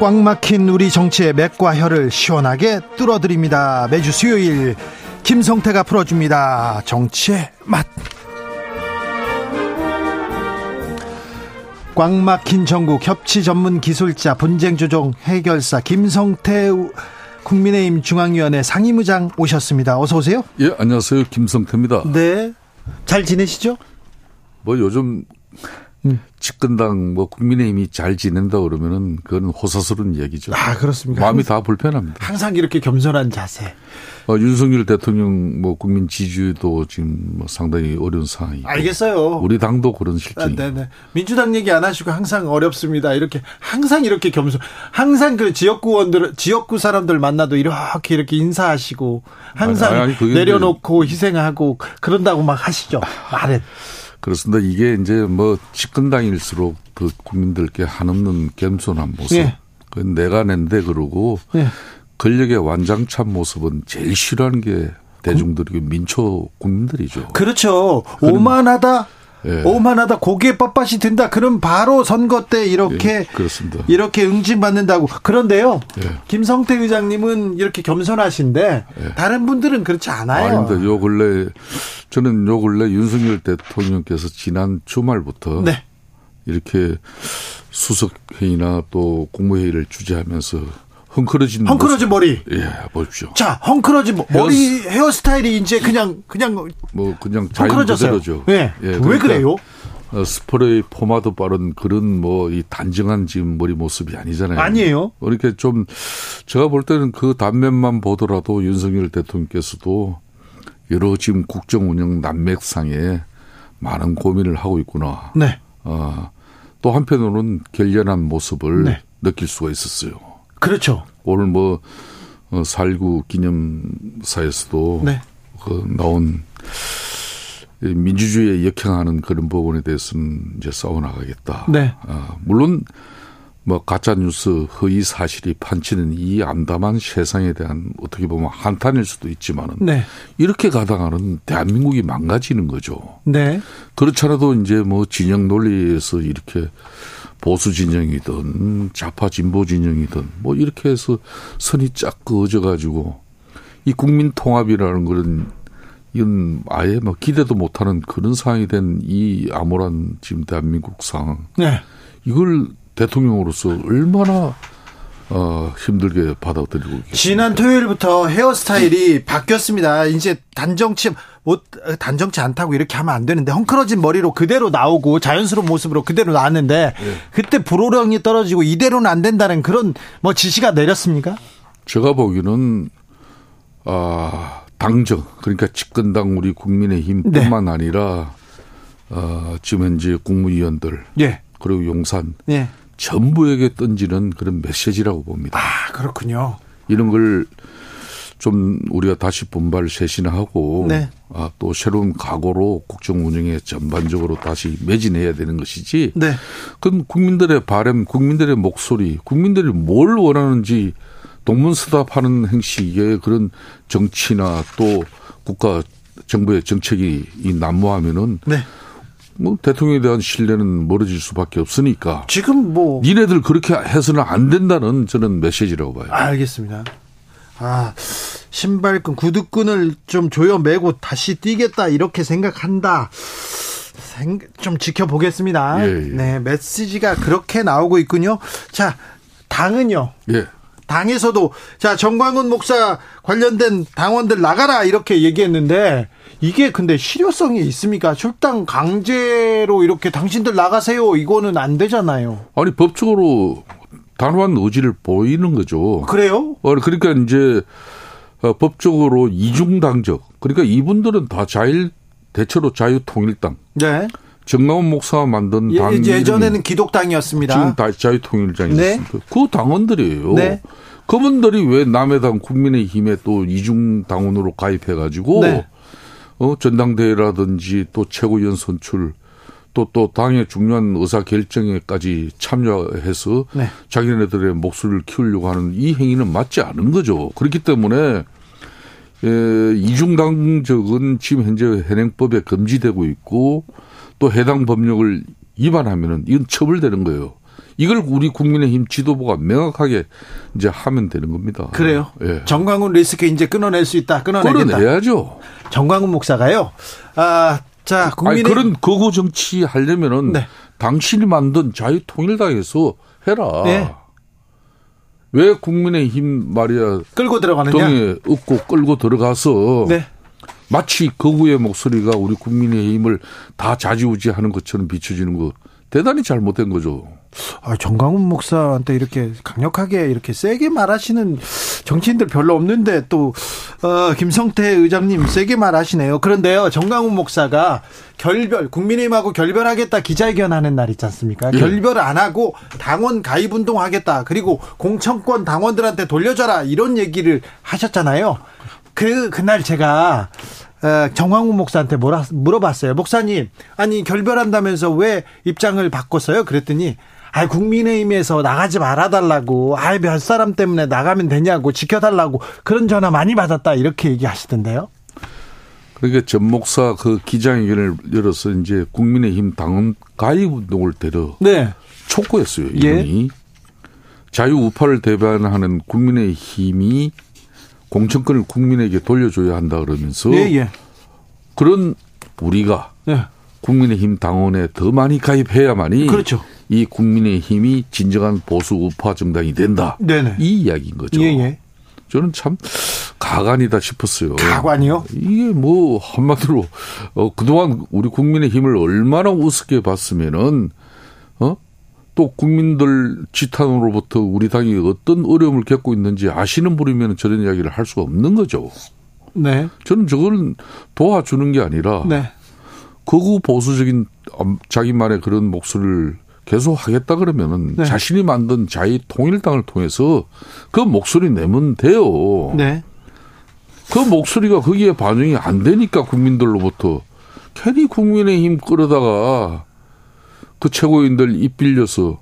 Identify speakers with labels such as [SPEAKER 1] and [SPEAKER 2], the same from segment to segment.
[SPEAKER 1] 꽉 막힌 우리 정치의 맥과 혀를 시원하게 뚫어드립니다. 매주 수요일 김성태가 풀어줍니다. 정치의 맛. 꽉 막힌 전국 협치 전문 기술자 분쟁 조정 해결사 김성태 국민의힘 중앙위원회 상임의장 오셨습니다. 어서 오세요.
[SPEAKER 2] 예, 안녕하세요. 김성태입니다.
[SPEAKER 1] 네. 잘 지내시죠?
[SPEAKER 2] 뭐 요즘
[SPEAKER 1] 음.
[SPEAKER 2] 집권당 뭐 국민의힘이 잘 지낸다 그러면은 그건 호사스러운 얘기죠.
[SPEAKER 1] 아, 그렇습니까?
[SPEAKER 2] 마음이 다 불편합니다.
[SPEAKER 1] 항상 이렇게 겸손한 자세.
[SPEAKER 2] 어, 윤석열 대통령 뭐 국민 지지도 지금 뭐 상당히 어려운 상황이고
[SPEAKER 1] 알겠어요.
[SPEAKER 2] 우리 당도 그런 실정이
[SPEAKER 1] 아, 뭐 네네. 민주당 얘기 안 하시고 항상 어렵습니다. 이렇게 항상 이렇게 겸손. 항상 그 지역구원들 지역구 사람들 만나도 이렇게 이렇게 인사하시고 항상
[SPEAKER 2] 아니, 아니, 그게
[SPEAKER 1] 내려놓고 희생하고 그런다고 막 하시죠. 말은 네.
[SPEAKER 2] 그렇습니다. 이게 이제 뭐 집권당일수록 더 국민들께 한없는 겸손한 모습.
[SPEAKER 1] 예.
[SPEAKER 2] 그건 내가 낸데 그러고
[SPEAKER 1] 예.
[SPEAKER 2] 권력의 완장찬 모습은 제일 싫어하는 게 대중들이고 민초 국민들이죠.
[SPEAKER 1] 그렇죠. 오만하다.
[SPEAKER 2] 예.
[SPEAKER 1] 오만하다 고기에 뻣밭이 든다. 그럼 바로 선거 때 이렇게
[SPEAKER 2] 예, 그렇습니다.
[SPEAKER 1] 이렇게 응징받는다고. 그런데요.
[SPEAKER 2] 예.
[SPEAKER 1] 김성태 의장님은 이렇게 겸손하신데 다른 분들은 그렇지 않아요.
[SPEAKER 2] 아닙니다. 요 근래 저는 요 근래 윤석열 대통령께서 지난 주말부터
[SPEAKER 1] 네.
[SPEAKER 2] 이렇게 수석회의나 또 국무회의를 주재하면서 헝클어진
[SPEAKER 1] 헝클어진 머리.
[SPEAKER 2] 모습. 예, 보십시오.
[SPEAKER 1] 자, 헝클어진 머- 머리 헤어스타일이 이제 그냥 그냥
[SPEAKER 2] 뭐 그냥 자연
[SPEAKER 1] 헝클어졌어요.
[SPEAKER 2] 그대로죠.
[SPEAKER 1] 예. 왜
[SPEAKER 2] 그러니까
[SPEAKER 1] 그래요?
[SPEAKER 2] 어, 스프레이 포마도 빠른 그런 뭐 이 단정한 지금 머리 모습이 아니잖아요.
[SPEAKER 1] 아니에요.
[SPEAKER 2] 그러니까 좀 제가 볼 때는 그 단면만 보더라도 윤석열 대통령께서도 여러 지금 국정 운영 난맥상에 많은 고민을 하고 있구나.
[SPEAKER 1] 네.
[SPEAKER 2] 어, 또 한편으로는 결연한 모습을
[SPEAKER 1] 네.
[SPEAKER 2] 느낄 수가 있었어요.
[SPEAKER 1] 그렇죠.
[SPEAKER 2] 오늘 뭐 어, 4.19 기념사에서도
[SPEAKER 1] 네.
[SPEAKER 2] 그 나온 이 민주주의에 역행하는 그런 부분에 대해서는 이제 싸워나가겠다.
[SPEAKER 1] 네.
[SPEAKER 2] 아, 물론 뭐 가짜 뉴스 허위 사실이 판치는 이 암담한 세상에 대한 어떻게 보면 한탄일 수도 있지만은
[SPEAKER 1] 네.
[SPEAKER 2] 이렇게 가다가는 대한민국이 망가지는 거죠.
[SPEAKER 1] 네.
[SPEAKER 2] 그렇잖아도 이제 뭐 진영 논리에서 이렇게 보수 진영이든 좌파 진보 진영이든 뭐 이렇게 해서 선이 쫙 그어져 가지고 이 국민 통합이라는 거는 이건 아예 뭐 기대도 못하는 그런 상황이 된 이 암울한 지금 대한민국 상황
[SPEAKER 1] 네.
[SPEAKER 2] 이걸 대통령으로서 얼마나 어, 힘들게 받아들이고 계십니까?
[SPEAKER 1] 지난 토요일부터 헤어스타일이 바뀌었습니다. 이제 단정치 못 단정치 않다고 이렇게 하면 안 되는데 헝클어진 머리로 그대로 나오고 자연스러운 모습으로 그대로 나왔는데
[SPEAKER 2] 예.
[SPEAKER 1] 그때 불호령이 떨어지고 이대로는 안 된다는 그런 뭐 지시가 내렸습니까?
[SPEAKER 2] 제가 보기에는 아 당정 그러니까 집권당 우리 국민의힘뿐만 아니라 어, 지금 현재 국무위원들
[SPEAKER 1] 예.
[SPEAKER 2] 그리고 용산
[SPEAKER 1] 예.
[SPEAKER 2] 전부에게 던지는 그런 메시지라고 봅니다.
[SPEAKER 1] 아 그렇군요.
[SPEAKER 2] 이런 걸 좀 우리가 다시 분발 쇄신하고
[SPEAKER 1] 네.
[SPEAKER 2] 아, 또 새로운 각오로 국정 운영에 전반적으로 다시 매진해야 되는 것이지.
[SPEAKER 1] 네.
[SPEAKER 2] 그건 국민들의 바램, 국민들의 목소리, 국민들이 뭘 원하는지 동문서답하는 행식의 그런 정치나 또 국가 정부의 정책이 이 난무하면은
[SPEAKER 1] 네.
[SPEAKER 2] 뭐 대통령에 대한 신뢰는 멀어질 수밖에 없으니까
[SPEAKER 1] 지금 뭐
[SPEAKER 2] 니네들 그렇게 해서는 안 된다는 저는 메시지라고 봐요.
[SPEAKER 1] 알겠습니다. 아, 신발끈, 구두끈을 좀 조여매고 다시 뛰겠다, 이렇게 생각한다. 생- 좀 지켜보겠습니다.
[SPEAKER 2] 예, 예.
[SPEAKER 1] 네, 메시지가 그렇게 나오고 있군요. 자, 당은요.
[SPEAKER 2] 예.
[SPEAKER 1] 당에서도, 자, 정광훈 목사 관련된 당원들 나가라, 이렇게 얘기했는데, 이게 근데 실효성이 있습니까? 출당 강제로 이렇게 당신들 나가세요, 이거는 안 되잖아요.
[SPEAKER 2] 아니 법적으로 단호한 의지를 보이는 거죠.
[SPEAKER 1] 그래요?
[SPEAKER 2] 어, 그러니까 이제 어, 법적으로 이중당적. 그러니까 이분들은 다 자일 대체로 자유통일당
[SPEAKER 1] 네.
[SPEAKER 2] 정강훈 목사가 만든
[SPEAKER 1] 예,
[SPEAKER 2] 당
[SPEAKER 1] 예전에는
[SPEAKER 2] 이름이
[SPEAKER 1] 기독당이었습니다.
[SPEAKER 2] 지금 다 자유통일당이었습니까? 그 당원들이에요.
[SPEAKER 1] 네.
[SPEAKER 2] 그분들이 왜 남해당 국민의힘에 또 이중 당원으로 가입해가지고
[SPEAKER 1] 네.
[SPEAKER 2] 어, 전당대회라든지 또 최고위원 선출 또 또 당의 중요한 의사 결정에까지 참여해서
[SPEAKER 1] 네.
[SPEAKER 2] 자기네들의 목소리를 키우려고 하는 이 행위는 맞지 않은 거죠. 그렇기 때문에 예, 이중당적은 지금 현재 현행법에 금지되고 있고 또 해당 법령을 위반하면은 이건 처벌되는 거예요. 이걸 우리 국민의힘 지도부가 명확하게 이제 하면 되는 겁니다.
[SPEAKER 1] 그래요.
[SPEAKER 2] 예.
[SPEAKER 1] 정광훈 리스크 이제 끊어낼 수 있다. 끊어내겠다.
[SPEAKER 2] 끌어내야죠.
[SPEAKER 1] 정광훈 목사가요. 아, 자,
[SPEAKER 2] 아니,
[SPEAKER 1] 국민의
[SPEAKER 2] 그런 거고 정치 하려면은
[SPEAKER 1] 네.
[SPEAKER 2] 당신이 만든 자유통일당에서 해라.
[SPEAKER 1] 네.
[SPEAKER 2] 왜 국민의힘 말이야
[SPEAKER 1] 끌고 들어가느냐?
[SPEAKER 2] 동에 업고 끌고 들어가서
[SPEAKER 1] 네.
[SPEAKER 2] 마치 거구의 목소리가 우리 국민의힘을 다 좌지우지하는 것처럼 비춰지는 거 대단히 잘못된 거죠.
[SPEAKER 1] 아, 정광훈 목사한테 이렇게 강력하게 이렇게 세게 말하시는 정치인들 별로 없는데 또 어, 김성태 의장님 세게 말하시네요. 그런데요, 정광훈 목사가 결별 국민의힘하고 결별하겠다 기자회견하는 날 있지 않습니까?
[SPEAKER 2] 예.
[SPEAKER 1] 결별 안 하고 당원 가입 운동하겠다 그리고 공천권 당원들한테 돌려줘라 이런 얘기를 하셨잖아요. 그 그날 제가 어, 정광훈 목사한테 뭐라 물어봤어요. 목사님, 아니 결별한다면서 왜 입장을 바꿨어요? 그랬더니 아 국민의힘에서 나가지 말아달라고 아몇 사람 때문에 나가면 되냐고 지켜달라고 그런 전화 많이 받았다 이렇게 얘기하시던데요.
[SPEAKER 2] 그러니까 전 목사 그 기자회견을 열어서 이제 국민의힘 당원 가입 운동을 데려
[SPEAKER 1] 네.
[SPEAKER 2] 촉구했어요.
[SPEAKER 1] 예.
[SPEAKER 2] 이분이 자유 우파를 대변하는 국민의힘이 공천권을 국민에게 돌려줘야 한다 그러면서
[SPEAKER 1] 예예.
[SPEAKER 2] 그런 우리가 국민의힘 당원에 더 많이 가입해야만이
[SPEAKER 1] 그렇죠.
[SPEAKER 2] 이 국민의힘이 진정한 보수 우파 정당이 된다.
[SPEAKER 1] 네네.
[SPEAKER 2] 이 이야기인 거죠.
[SPEAKER 1] 예예.
[SPEAKER 2] 저는 참 가관이다 싶었어요.
[SPEAKER 1] 가관이요?
[SPEAKER 2] 이게 뭐 한마디로 어, 그동안 우리 국민의힘을 얼마나 우습게 봤으면은 어? 또 국민들 지탄으로부터 우리 당이 어떤 어려움을 겪고 있는지 아시는 분이면 저런 이야기를 할 수가 없는 거죠.
[SPEAKER 1] 네.
[SPEAKER 2] 저는 저거는 도와주는 게 아니라
[SPEAKER 1] 네.
[SPEAKER 2] 거구 보수적인 암- 자기만의 그런 목소리를 계속 하겠다 그러면은
[SPEAKER 1] 네.
[SPEAKER 2] 자신이 만든 자유 통일당을 통해서 그 목소리 내면 돼요.
[SPEAKER 1] 네.
[SPEAKER 2] 그 목소리가 거기에 반영이 안 되니까 국민들로부터 괜히 국민의힘 끌어다가 그 최고인들 입 빌려서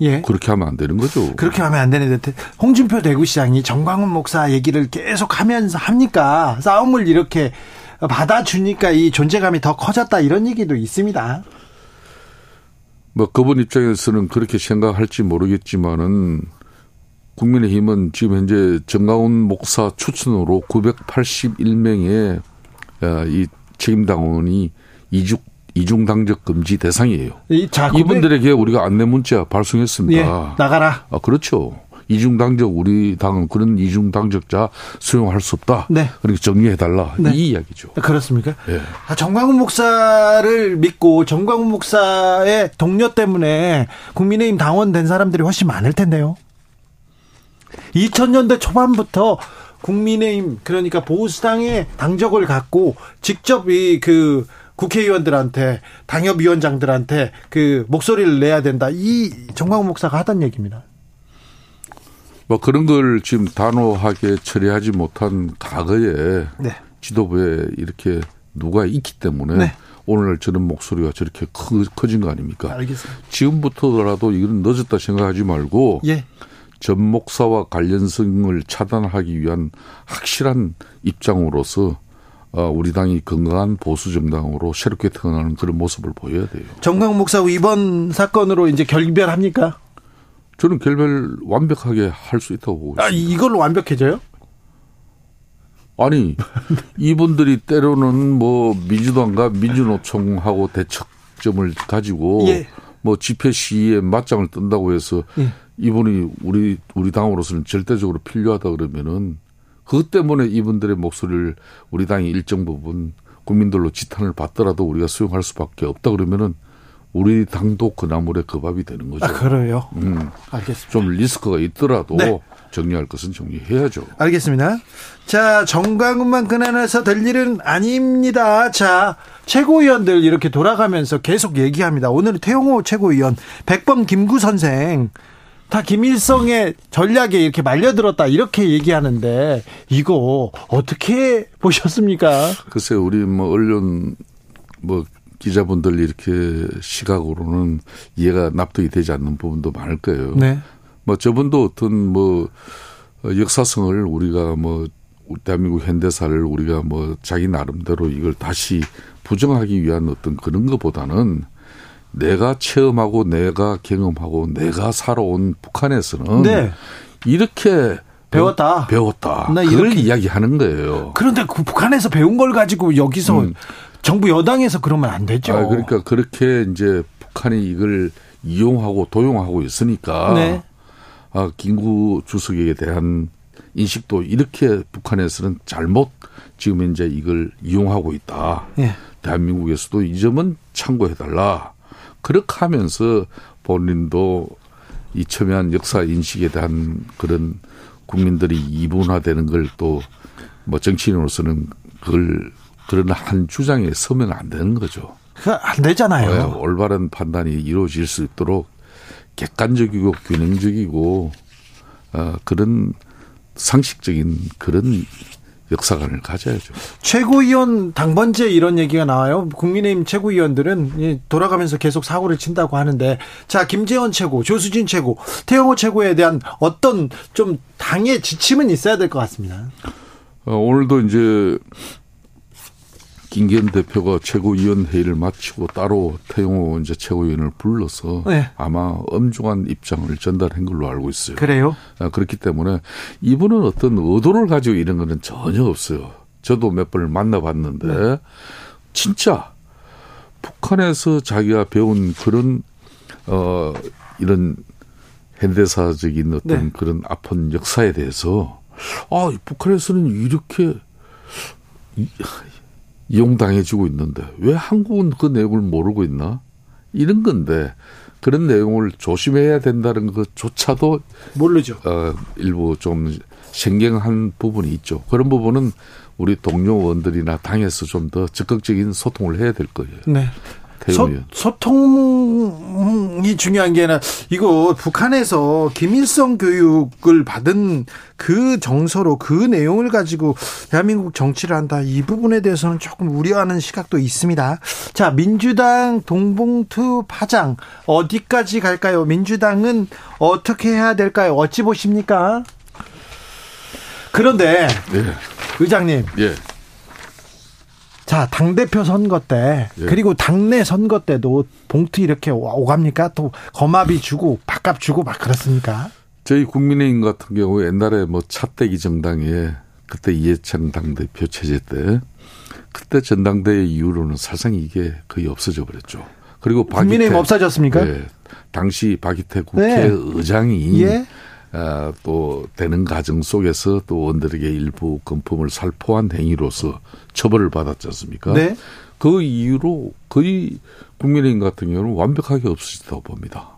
[SPEAKER 1] 예.
[SPEAKER 2] 그렇게 하면 안 되는 거죠.
[SPEAKER 1] 그렇게 하면 안 되는데 홍준표 대구시장이 정광훈 목사 얘기를 계속 하면서 합니까 싸움을 이렇게 받아주니까 이 존재감이 더 커졌다 이런 얘기도 있습니다.
[SPEAKER 2] 뭐 그분 입장에서는 그렇게 생각할지 모르겠지만은 국민의힘은 지금 현재 정가운 목사 추천으로 981명의 아, 이 책임 당원이 이중 이중 당적 금지 대상이에요.
[SPEAKER 1] 이- 자,
[SPEAKER 2] 이분들에게 우리가 안내 문자 발송했습니다.
[SPEAKER 1] 아, 예, 나가라.
[SPEAKER 2] 아, 그렇죠. 이중당적 우리 당은 그런 이중당적자 수용할 수 없다.
[SPEAKER 1] 네.
[SPEAKER 2] 그러니까 정리해달라
[SPEAKER 1] 네.
[SPEAKER 2] 이 이야기죠.
[SPEAKER 1] 그렇습니까?
[SPEAKER 2] 예.
[SPEAKER 1] 아, 정광훈 목사를 믿고 정광훈 목사의 동료 때문에 국민의힘 당원된 사람들이 훨씬 많을 텐데요. 2000년대 초반부터 국민의힘 그러니까 보수당의 당적을 갖고 직접 이 그 국회의원들한테 당협위원장들한테 그 목소리를 내야 된다. 이 정광훈 목사가 하던 얘기입니다.
[SPEAKER 2] 뭐 그런 걸 지금 단호하게 처리하지 못한 과거에
[SPEAKER 1] 네.
[SPEAKER 2] 지도부에 이렇게 누가 있기 때문에
[SPEAKER 1] 네.
[SPEAKER 2] 오늘 저런 목소리가 저렇게 커, 커진 거 아닙니까?
[SPEAKER 1] 알겠습니다.
[SPEAKER 2] 지금부터라도 이건 늦었다 생각하지 말고
[SPEAKER 1] 예.
[SPEAKER 2] 전 목사와 관련성을 차단하기 위한 확실한 입장으로서 어, 우리 당이 건강한 보수 정당으로 새롭게 태어나는 그런 모습을 보여야 돼요.
[SPEAKER 1] 정광훈 목사 이번 사건으로 이제 결별합니까?
[SPEAKER 2] 저는 결별 완벽하게 할 수 있다고 보고
[SPEAKER 1] 아,
[SPEAKER 2] 있습니다.
[SPEAKER 1] 이걸로 완벽해져요?
[SPEAKER 2] 아니 이분들이 때로는 뭐 민주당과 민주노총하고 대척점을 가지고
[SPEAKER 1] 예.
[SPEAKER 2] 뭐 집회 시위에 맞짱을 뜬다고 해서
[SPEAKER 1] 예.
[SPEAKER 2] 이분이 우리 우리 당으로서는 절대적으로 필요하다 그러면은 그것 때문에 이분들의 목소리를 우리 당이 일정 부분 국민들로 지탄을 받더라도 우리가 수용할 수밖에 없다 그러면은 우리 당도 그 나물의 그 밥이 되는 거죠.
[SPEAKER 1] 아, 그래요.
[SPEAKER 2] 음,
[SPEAKER 1] 알겠습니다.
[SPEAKER 2] 좀 리스크가 있더라도
[SPEAKER 1] 네.
[SPEAKER 2] 정리할 것은 정리해야죠.
[SPEAKER 1] 알겠습니다. 자, 정강훈만 끊어내서 될 일은 아닙니다. 자, 최고위원들 이렇게 돌아가면서 계속 얘기합니다. 오늘 은 태용호 최고위원, 백범 김구 선생 다 김일성의 전략에 이렇게 말려들었다 이렇게 얘기하는데 이거 어떻게 보셨습니까?
[SPEAKER 2] 글쎄 우리 뭐 언론 뭐 기자분들 이렇게 시각으로는 이해가 납득이 되지 않는 부분도 많을 거예요.
[SPEAKER 1] 네.
[SPEAKER 2] 뭐 저분도 어떤 뭐 역사성을 우리가 뭐 대한민국 현대사를 우리가 뭐 자기 나름대로 이걸 다시 부정하기 위한 어떤 그런 것보다는 내가 체험하고 내가 경험하고 내가 살아온 북한에서는
[SPEAKER 1] 네.
[SPEAKER 2] 이렇게
[SPEAKER 1] 음, 배웠다.
[SPEAKER 2] 배웠다.
[SPEAKER 1] 나
[SPEAKER 2] 그걸
[SPEAKER 1] 이렇게-
[SPEAKER 2] 이야기하는 거예요.
[SPEAKER 1] 그런데 그 북한에서 배운 걸 가지고 여기서 정부 여당에서 음. 그러면 안 되죠.
[SPEAKER 2] 아, 그러니까 그렇게 이제 북한이 이걸 이용하고 도용하고 있으니까
[SPEAKER 1] 네.
[SPEAKER 2] 아, 김구 주석에 대한 인식도 이렇게 북한에서는 잘못 지금 이제 이걸 이용하고 있다.
[SPEAKER 1] 예.
[SPEAKER 2] 대한민국에서도 이 점은 참고해달라. 그렇게 하면서 본인도 이 첨예한 역사 인식에 대한 그런 국민들이 이분화되는 걸 또 뭐 정치인으로서는 그걸 그런 한 주장에 서면 안 되는 거죠.
[SPEAKER 1] 그거 안 되잖아요.
[SPEAKER 2] 네, 올바른 판단이 이루어질 수 있도록 객관적이고 균형적이고 어, 그런 상식적인 그런 역사관을 가져야죠.
[SPEAKER 1] 최고위원 당번제 이런 얘기가 나와요. 국민의힘 최고위원들은 이 돌아가면서 계속 사고를 친다고 하는데 자 김재원 최고, 조수진 최고, 태영호 최고에 대한 어떤 좀 당의 지침은 있어야 될 것 같습니다.
[SPEAKER 2] 어, 오늘도 이제 김기현 대표가 최고위원회의를 마치고 따로 태용호 이제 최고위원을 불러서
[SPEAKER 1] 네.
[SPEAKER 2] 아마 엄중한 입장을 전달한 걸로 알고 있어요.
[SPEAKER 1] 그래요?
[SPEAKER 2] 아, 그렇기 때문에 이분은 어떤 의도를 가지고 이런 거는 전혀 없어요. 저도 몇 번을 만나봤는데 진짜 북한에서 자기가 배운 그런 어 이런 현대사적인 어떤
[SPEAKER 1] 네.
[SPEAKER 2] 그런 아픈 역사에 대해서 아 북한에서는 이렇게 이- 이용당해지고 있는데 왜 한국은 그 내용을 모르고 있나 이런 건데 그런 내용을 조심해야 된다는 것조차도
[SPEAKER 1] 모르죠.
[SPEAKER 2] 어, 일부 좀 생경한 부분이 있죠. 그런 부분은 우리 동료 의원들이나 당에서 좀 더 적극적인 소통을 해야 될 거예요.
[SPEAKER 1] 네. 소,
[SPEAKER 2] 태용 그 의원.
[SPEAKER 1] 소통이 중요한 게 아니라 이거 북한에서 김일성 교육을 받은 그 정서로 그 내용을 가지고 대한민국 정치를 한다 이 부분에 대해서는 조금 우려하는 시각도 있습니다. 자 민주당 동봉투 파장 어디까지 갈까요? 민주당은 어떻게 해야 될까요? 어찌 보십니까? 그런데
[SPEAKER 2] 예,
[SPEAKER 1] 의장님
[SPEAKER 2] 예,
[SPEAKER 1] 자, 당대표 선거 때,
[SPEAKER 2] 예.
[SPEAKER 1] 그리고 당내 선거 때도 봉투 이렇게 오- 오갑니까? 또 거마비 주고, 밥값 주고 막 그렇습니까?
[SPEAKER 2] 저희 국민의힘 같은 경우 옛날에 뭐 차떼기 정당에 그때 이해찬 당대표 체제 때 그때 전당대회 이후로는 사실상 이게 거의 없어져 버렸죠. 그리고 박이태
[SPEAKER 1] 국민의힘 없어졌습니까?
[SPEAKER 2] 예, 당시 박이태
[SPEAKER 1] 네.
[SPEAKER 2] 국회의장이
[SPEAKER 1] 예?
[SPEAKER 2] 아, 또 되는 과정 속에서 또 의원들에게 일부 금품을 살포한 행위로서 처벌을 받았지 않습니까?
[SPEAKER 1] 네.
[SPEAKER 2] 그 이후로 거의 국민의힘 같은 경우는 완벽하게 없어졌다고 봅니다.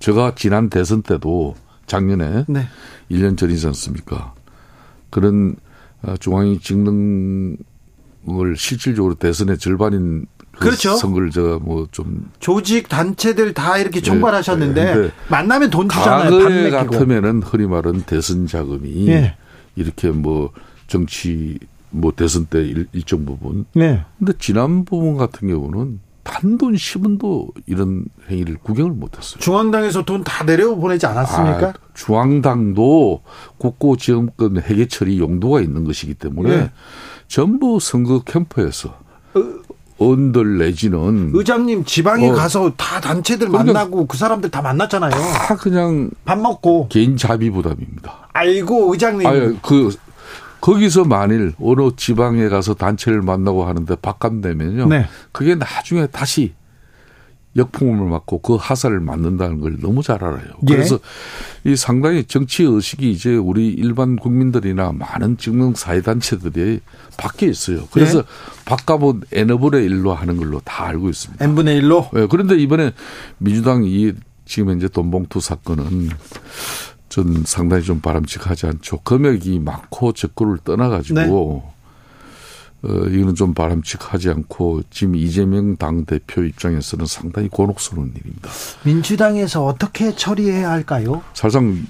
[SPEAKER 2] 제가 지난 대선 때도 작년에
[SPEAKER 1] 네.
[SPEAKER 2] 1년 전이지 않습니까? 그런 아, 중앙위 직능을 실질적으로 대선의 절반인 그
[SPEAKER 1] 그렇죠.
[SPEAKER 2] 선거를 제가 뭐좀
[SPEAKER 1] 조직 단체들 다 이렇게 총괄하셨는데,
[SPEAKER 2] 예, 근데
[SPEAKER 1] 만나면 돈 주잖아요. 밥
[SPEAKER 2] 과거에
[SPEAKER 1] 먹이고.
[SPEAKER 2] 같으면은 흔히 말하는 대선 자금이
[SPEAKER 1] 예.
[SPEAKER 2] 이렇게 뭐 정치 뭐 대선 때 일, 일정 부분
[SPEAKER 1] 네.
[SPEAKER 2] 근데 지난 부분 같은 경우는 단돈 10원도 이런 행위를 구경을 못했어요.
[SPEAKER 1] 중앙당에서 돈 다 내려 보내지 않았습니까?
[SPEAKER 2] 아, 중앙당도 국고지원권 해계 처리 용도가 있는 것이기 때문에
[SPEAKER 1] 예.
[SPEAKER 2] 전부 선거 캠프에서 언들 내지는
[SPEAKER 1] 어. 의장님 지방에
[SPEAKER 2] 어.
[SPEAKER 1] 가서 다 단체들
[SPEAKER 2] 그러니까-
[SPEAKER 1] 만나고 그 사람들 다 만났잖아요.
[SPEAKER 2] 다 그냥
[SPEAKER 1] 밥 먹고.
[SPEAKER 2] 개인 자비 부담입니다.
[SPEAKER 1] 아이고, 의장님.
[SPEAKER 2] 아니 그 거기서 만일 어느 지방에 가서 단체를 만나고 하는데 밥값 내면요.
[SPEAKER 1] 네.
[SPEAKER 2] 그게 나중에 다시 역풍을 맞고 그 하사를 맞는다는 걸 너무 잘 알아요.
[SPEAKER 1] 예.
[SPEAKER 2] 그래서 이 상당히 정치 의식이 이제 우리 일반 국민들이나 많은 직능 사회 단체들이 밖에 있어요. 그래서
[SPEAKER 1] 예.
[SPEAKER 2] 밥값은 에너블의 일로 하는 걸로 다 알고 있습니다.
[SPEAKER 1] n분의 1로.
[SPEAKER 2] 예, 그런데 이번에 민주당 이 지금 이제 돈봉투 사건은 전
[SPEAKER 1] 네.
[SPEAKER 2] 상당히 좀 바람직하지 않죠. 금액이 많고 적구를 떠나가지고 어, 이거는 좀 바람직하지 않고 지금 이재명 당 대표 입장에서는 상당히 곤혹스러운 일입니다.
[SPEAKER 1] 민주당에서 어떻게 처리해야 할까요?
[SPEAKER 2] 사실상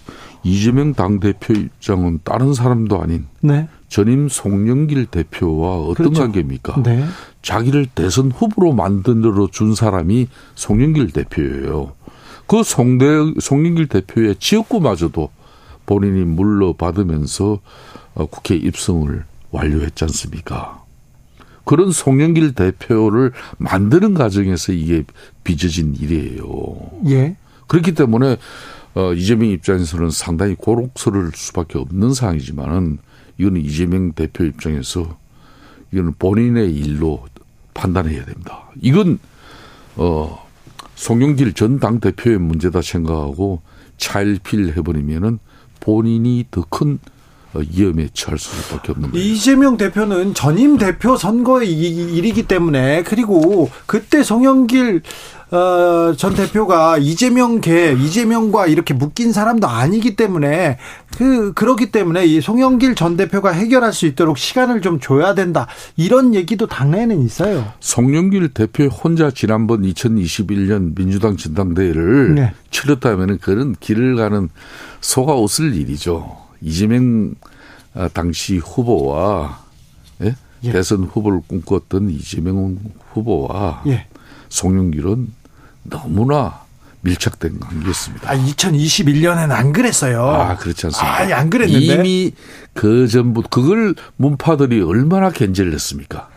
[SPEAKER 2] 이재명 당 대표 입장은 다른 사람도 아닌
[SPEAKER 1] 네.
[SPEAKER 2] 전임 송영길 대표와 어떤
[SPEAKER 1] 그렇죠.
[SPEAKER 2] 관계입니까?
[SPEAKER 1] 네.
[SPEAKER 2] 자기를 대선 후보로 만들어 준 사람이 송영길 대표예요. 그 송대 송영길 대표의 지역구마저도 본인이 물러받으면서 어, 국회 입성을 완료했지 않습니까? 그런 송영길 대표를 만드는 과정에서 이게 빚어진 일이에요.
[SPEAKER 1] 예.
[SPEAKER 2] 그렇기 때문에 어, 이재명 입장에서는 상당히 고록스러울 수밖에 없는 상황이지만은 이거는 이재명 대표 입장에서 이거는 본인의 일로 판단해야 됩니다. 이건 어 송영길 전 당 대표의 문제다 생각하고 차일피일 해버리면은 본인이 더 큰 어, 위험에 처할 수밖에 없는
[SPEAKER 1] 네.
[SPEAKER 2] 거예요.
[SPEAKER 1] 이재명 대표는 전임 대표 선거의 이- 일이기 때문에 그리고 그때 송영길 어, 전 대표가 이재명 계 이재명과 이렇게 묶인 사람도 아니기 때문에 그 그렇기 때문에 이 송영길 전 대표가 해결할 수 있도록 시간을 좀 줘야 된다 이런 얘기도 당내에는 있어요.
[SPEAKER 2] 송영길 대표 혼자 지난번 2021년 민주당 진당대회를
[SPEAKER 1] 네.
[SPEAKER 2] 치렀다면은 그런 길을 가는 소가 웃을 일이죠. 이재명 아, 당시 후보와 예?
[SPEAKER 1] 예.
[SPEAKER 2] 대선 후보를 꿈꿨던 이재명 후보와
[SPEAKER 1] 예.
[SPEAKER 2] 송영길은 너무나 밀착된 관계였습니다.
[SPEAKER 1] 아 2021년엔 안 그랬어요.
[SPEAKER 2] 아, 그렇지 않습니까?
[SPEAKER 1] 아니, 안 그랬는데.
[SPEAKER 2] 이미 그 전부터 그걸 문파들이 얼마나 견제를 했습니까?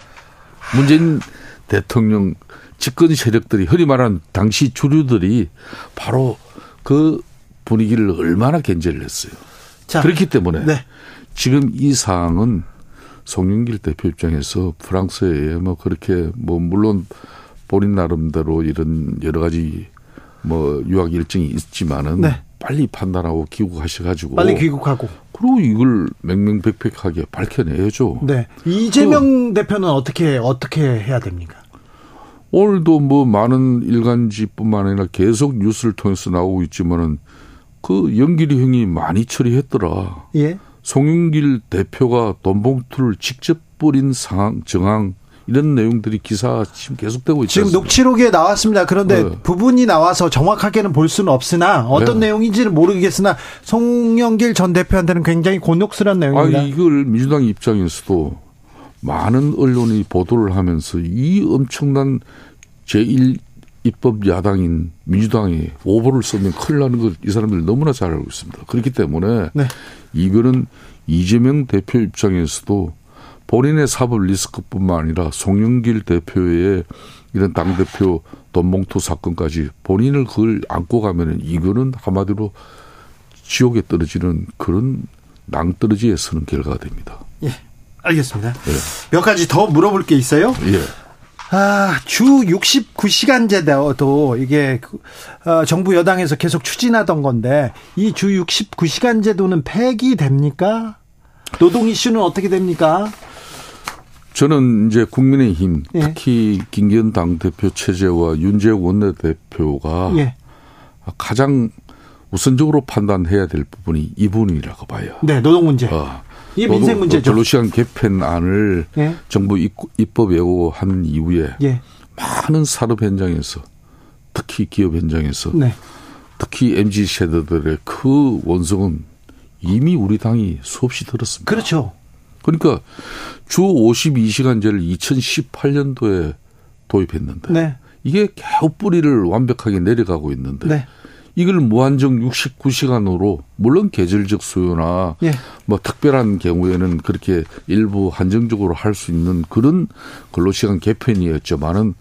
[SPEAKER 2] 문재인 대통령 집권 세력들이 흔히 말하는 당시 주류들이 바로 그 분위기를 얼마나 견제를 했어요.
[SPEAKER 1] 자,
[SPEAKER 2] 그렇기 때문에
[SPEAKER 1] 네.
[SPEAKER 2] 지금 이 상황은 송영길 대표 입장에서 프랑스에 뭐 그렇게 뭐 물론 본인 나름대로 이런 여러 가지 뭐 유학 일정이 있지만은
[SPEAKER 1] 네.
[SPEAKER 2] 빨리 판단하고 귀국하셔 가지고
[SPEAKER 1] 빨리 귀국하고.
[SPEAKER 2] 그리고 이걸 맹맹백백하게 밝혀내야죠.
[SPEAKER 1] 네. 이재명 대표는 어떻게 어떻게 해야 됩니까?
[SPEAKER 2] 오늘도 뭐 많은 일간지뿐만 아니라 계속 뉴스를 통해서 나오고 있지만은 그 연길이 형이 많이 처리했더라.
[SPEAKER 1] 예.
[SPEAKER 2] 송영길 대표가 돈봉투를 직접 뿌린 상황, 정황 이런 내용들이 기사 지금 계속되고 있지
[SPEAKER 1] 지금
[SPEAKER 2] 않습니까?
[SPEAKER 1] 녹취록에 나왔습니다. 그런데
[SPEAKER 2] 네.
[SPEAKER 1] 부분이 나와서 정확하게는 볼 수는 없으나 어떤
[SPEAKER 2] 네.
[SPEAKER 1] 내용인지는 모르겠으나 송영길 전 대표한테는 굉장히 곤혹스러운 내용입니다.
[SPEAKER 2] 아 이걸 민주당 입장에서도 많은 언론이 보도를 하면서 이 엄청난 제1 입법 야당인 민주당이 오보를 쓰면 큰일 나는 걸 이 사람들 너무나 잘 알고 있습니다. 그렇기 때문에
[SPEAKER 1] 네.
[SPEAKER 2] 이거는 이재명 대표 입장에서도 본인의 사법 리스크뿐만 아니라 송영길 대표의 이런 당대표 돈봉투 사건까지 본인을 그걸 안고 가면은 이거는 한마디로 지옥에 떨어지는 그런 낭떠러지에 서는 결과가 됩니다.
[SPEAKER 1] 예. 알겠습니다.
[SPEAKER 2] 네.
[SPEAKER 1] 몇 가지 더 물어볼 게 있어요.
[SPEAKER 2] 예.
[SPEAKER 1] 아, 주 69시간제도 이게 그, 어, 정부 여당에서 계속 추진하던 건데 이 주 69시간제도는 폐기됩니까? 노동 이슈는 어떻게 됩니까?
[SPEAKER 2] 저는 이제 국민의힘
[SPEAKER 1] 예.
[SPEAKER 2] 특히 김기현 당대표 체제와 윤재욱 원내대표가
[SPEAKER 1] 예.
[SPEAKER 2] 가장 우선적으로 판단해야 될 부분이 이 부분이라고 봐요.
[SPEAKER 1] 네, 노동 문제.
[SPEAKER 2] 어.
[SPEAKER 1] 이 민생 문제죠.
[SPEAKER 2] 근로시간 개편안을
[SPEAKER 1] 예.
[SPEAKER 2] 정부 입- 입법 예고한 이후에
[SPEAKER 1] 예.
[SPEAKER 2] 많은 산업 현장에서 특히 기업 현장에서
[SPEAKER 1] 네.
[SPEAKER 2] 특히 MZ 세대들의 그 원성은 이미 우리 당이 수없이 들었습니다.
[SPEAKER 1] 그렇죠.
[SPEAKER 2] 그러니까 주 52시간제를 2018년도에 도입했는데
[SPEAKER 1] 네.
[SPEAKER 2] 이게 겨우 뿌리를 완벽하게 내려가고 있는데
[SPEAKER 1] 네.
[SPEAKER 2] 이걸 무한정 69시간으로 물론 계절적 수요나
[SPEAKER 1] 예.
[SPEAKER 2] 뭐 특별한 경우에는 그렇게 일부 한정적으로 할 수 있는 그런 근로시간 개편이었지만은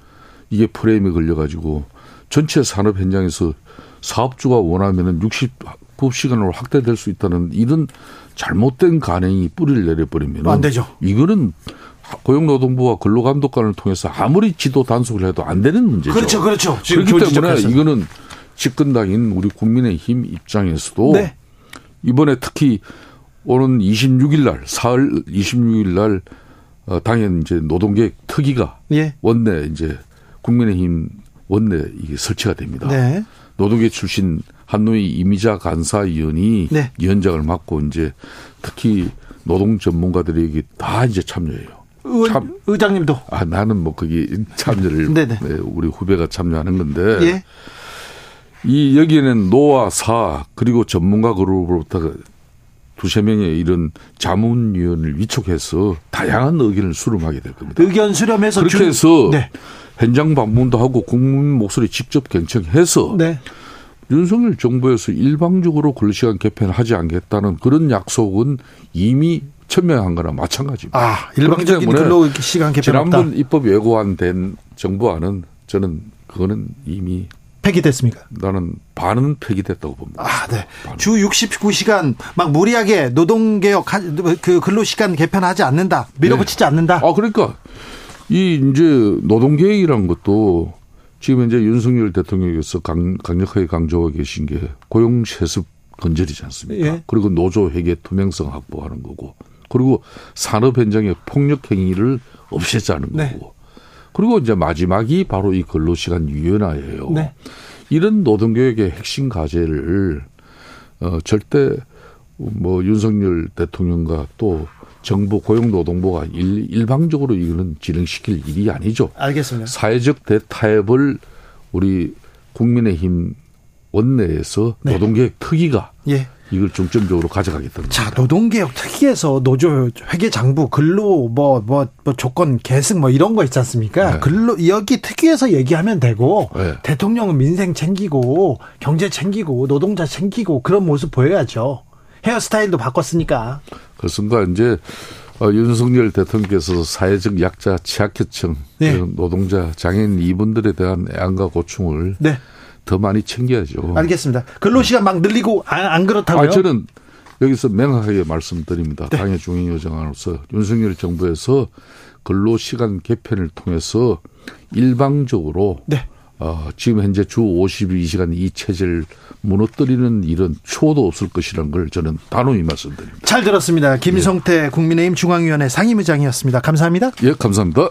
[SPEAKER 2] 이게 프레임에 걸려가지고 전체 산업 현장에서 사업주가 원하면은 69시간으로 확대될 수 있다는 이런 잘못된 가능이 뿌리를 내려버리면
[SPEAKER 1] 안 되죠.
[SPEAKER 2] 이거는 고용노동부와 근로감독관을 통해서 아무리 지도 단속을 해도 안 되는 문제죠.
[SPEAKER 1] 그렇죠. 그렇죠. 지금
[SPEAKER 2] 그렇기
[SPEAKER 1] 좋은
[SPEAKER 2] 때문에
[SPEAKER 1] 지적했어요.
[SPEAKER 2] 이거는 집권당인 우리 국민의힘 입장에서도
[SPEAKER 1] 네.
[SPEAKER 2] 이번에 특히 오는 26일 날 사흘 26일 날 어, 당연 이제 노동계획 특위가
[SPEAKER 1] 예.
[SPEAKER 2] 원내 이제 국민의힘 원내 이게 설치가 됩니다.
[SPEAKER 1] 네.
[SPEAKER 2] 노동계 출신 한노희 이미자 간사위원이
[SPEAKER 1] 네.
[SPEAKER 2] 위원장을 맡고 이제 특히 노동 전문가들에게 다 이제 참여해요.
[SPEAKER 1] 의원,
[SPEAKER 2] 참.
[SPEAKER 1] 의장님도
[SPEAKER 2] 아 나는 뭐 거기 참여를
[SPEAKER 1] 네네.
[SPEAKER 2] 네, 우리 후배가 참여하는 건데
[SPEAKER 1] 예.
[SPEAKER 2] 이 여기에는 노와 사 그리고 전문가 그룹으로부터 두세 명의 이런 자문위원을 위촉해서 다양한 의견을 수렴하게 될 겁니다.
[SPEAKER 1] 의견 수렴해서
[SPEAKER 2] 그렇게
[SPEAKER 1] 주-
[SPEAKER 2] 해서
[SPEAKER 1] 네.
[SPEAKER 2] 현장 방문도 하고 국민 목소리 직접 경청해서
[SPEAKER 1] 네.
[SPEAKER 2] 윤석열 정부에서 일방적으로 근로시간 개편하지 않겠다는 그런 약속은 이미 천명한 거나 마찬가지입니다.
[SPEAKER 1] 아,
[SPEAKER 2] 그렇기
[SPEAKER 1] 일방적인
[SPEAKER 2] 때문에
[SPEAKER 1] 근로 시간 개편 없다.
[SPEAKER 2] 지난번 입법 예고안된 정부안은 저는 그거는 이미
[SPEAKER 1] 폐기됐습니까?
[SPEAKER 2] 나는 반은 폐기됐다고 봅니다.
[SPEAKER 1] 아, 네. 주 69시간 막 무리하게 노동 개혁 하- 그 근로 시간 개편하지 않는다. 밀어붙이지 않는다.
[SPEAKER 2] 아 그러니까 이 이제 노동계획이라는 것도 지금 이제 윤석열 대통령께서 강, 강력하게 강조하고 계신 게 고용 세습 건절이지 않습니까?
[SPEAKER 1] 예.
[SPEAKER 2] 그리고 노조 회계 투명성 확보하는 거고, 그리고 산업 현장의 폭력 행위를 없애자는
[SPEAKER 1] 네.
[SPEAKER 2] 거고, 그리고 이제 마지막이 바로 이 근로시간 유연화예요.
[SPEAKER 1] 네.
[SPEAKER 2] 이런 노동교육의 핵심 과제를 어, 절대 뭐 윤석열 대통령과 또 정부 고용노동부가 일, 일방적으로 이거는 진행시킬 일이 아니죠.
[SPEAKER 1] 알겠습니다.
[SPEAKER 2] 사회적 대타협을 우리 국민의힘 원내에서
[SPEAKER 1] 네.
[SPEAKER 2] 노동계획 특위가
[SPEAKER 1] 예.
[SPEAKER 2] 이걸 중점적으로 가져가겠다는
[SPEAKER 1] 자, 노동개혁 특위에서 노조 회계 장부 근로 뭐 뭐 뭐 조건 계승 뭐 이런 거 있지 않습니까?
[SPEAKER 2] 네.
[SPEAKER 1] 근로 여기 특위에서 얘기하면 되고
[SPEAKER 2] 네.
[SPEAKER 1] 대통령은 민생 챙기고 경제 챙기고 노동자 챙기고 그런 모습 보여야죠. 헤어스타일도 바꿨으니까.
[SPEAKER 2] 그 순간 이제 어, 윤석열 대통령께서 사회적 약자 취약계층
[SPEAKER 1] 네.
[SPEAKER 2] 그런 노동자 장애인 이분들에 대한 애안과 고충을
[SPEAKER 1] 네.
[SPEAKER 2] 더 많이 챙겨야죠.
[SPEAKER 1] 알겠습니다. 근로시간 막 늘리고 안, 안 그렇다고요?
[SPEAKER 2] 아, 저는 여기서 명확하게 말씀드립니다. 당의 중인 요정으로서 윤석열 정부에서 근로 시간 개편을 통해서 일방적으로
[SPEAKER 1] 네.
[SPEAKER 2] 어, 지금 현재 주 52시간 이 체제를 무너뜨리는 일은 추호도 없을 것이라는 걸 저는 단호히 말씀드립니다.
[SPEAKER 1] 잘 들었습니다. 김성태 국민의힘 중앙위원회 상임의장이었습니다. 감사합니다.
[SPEAKER 2] 예, 감사합니다.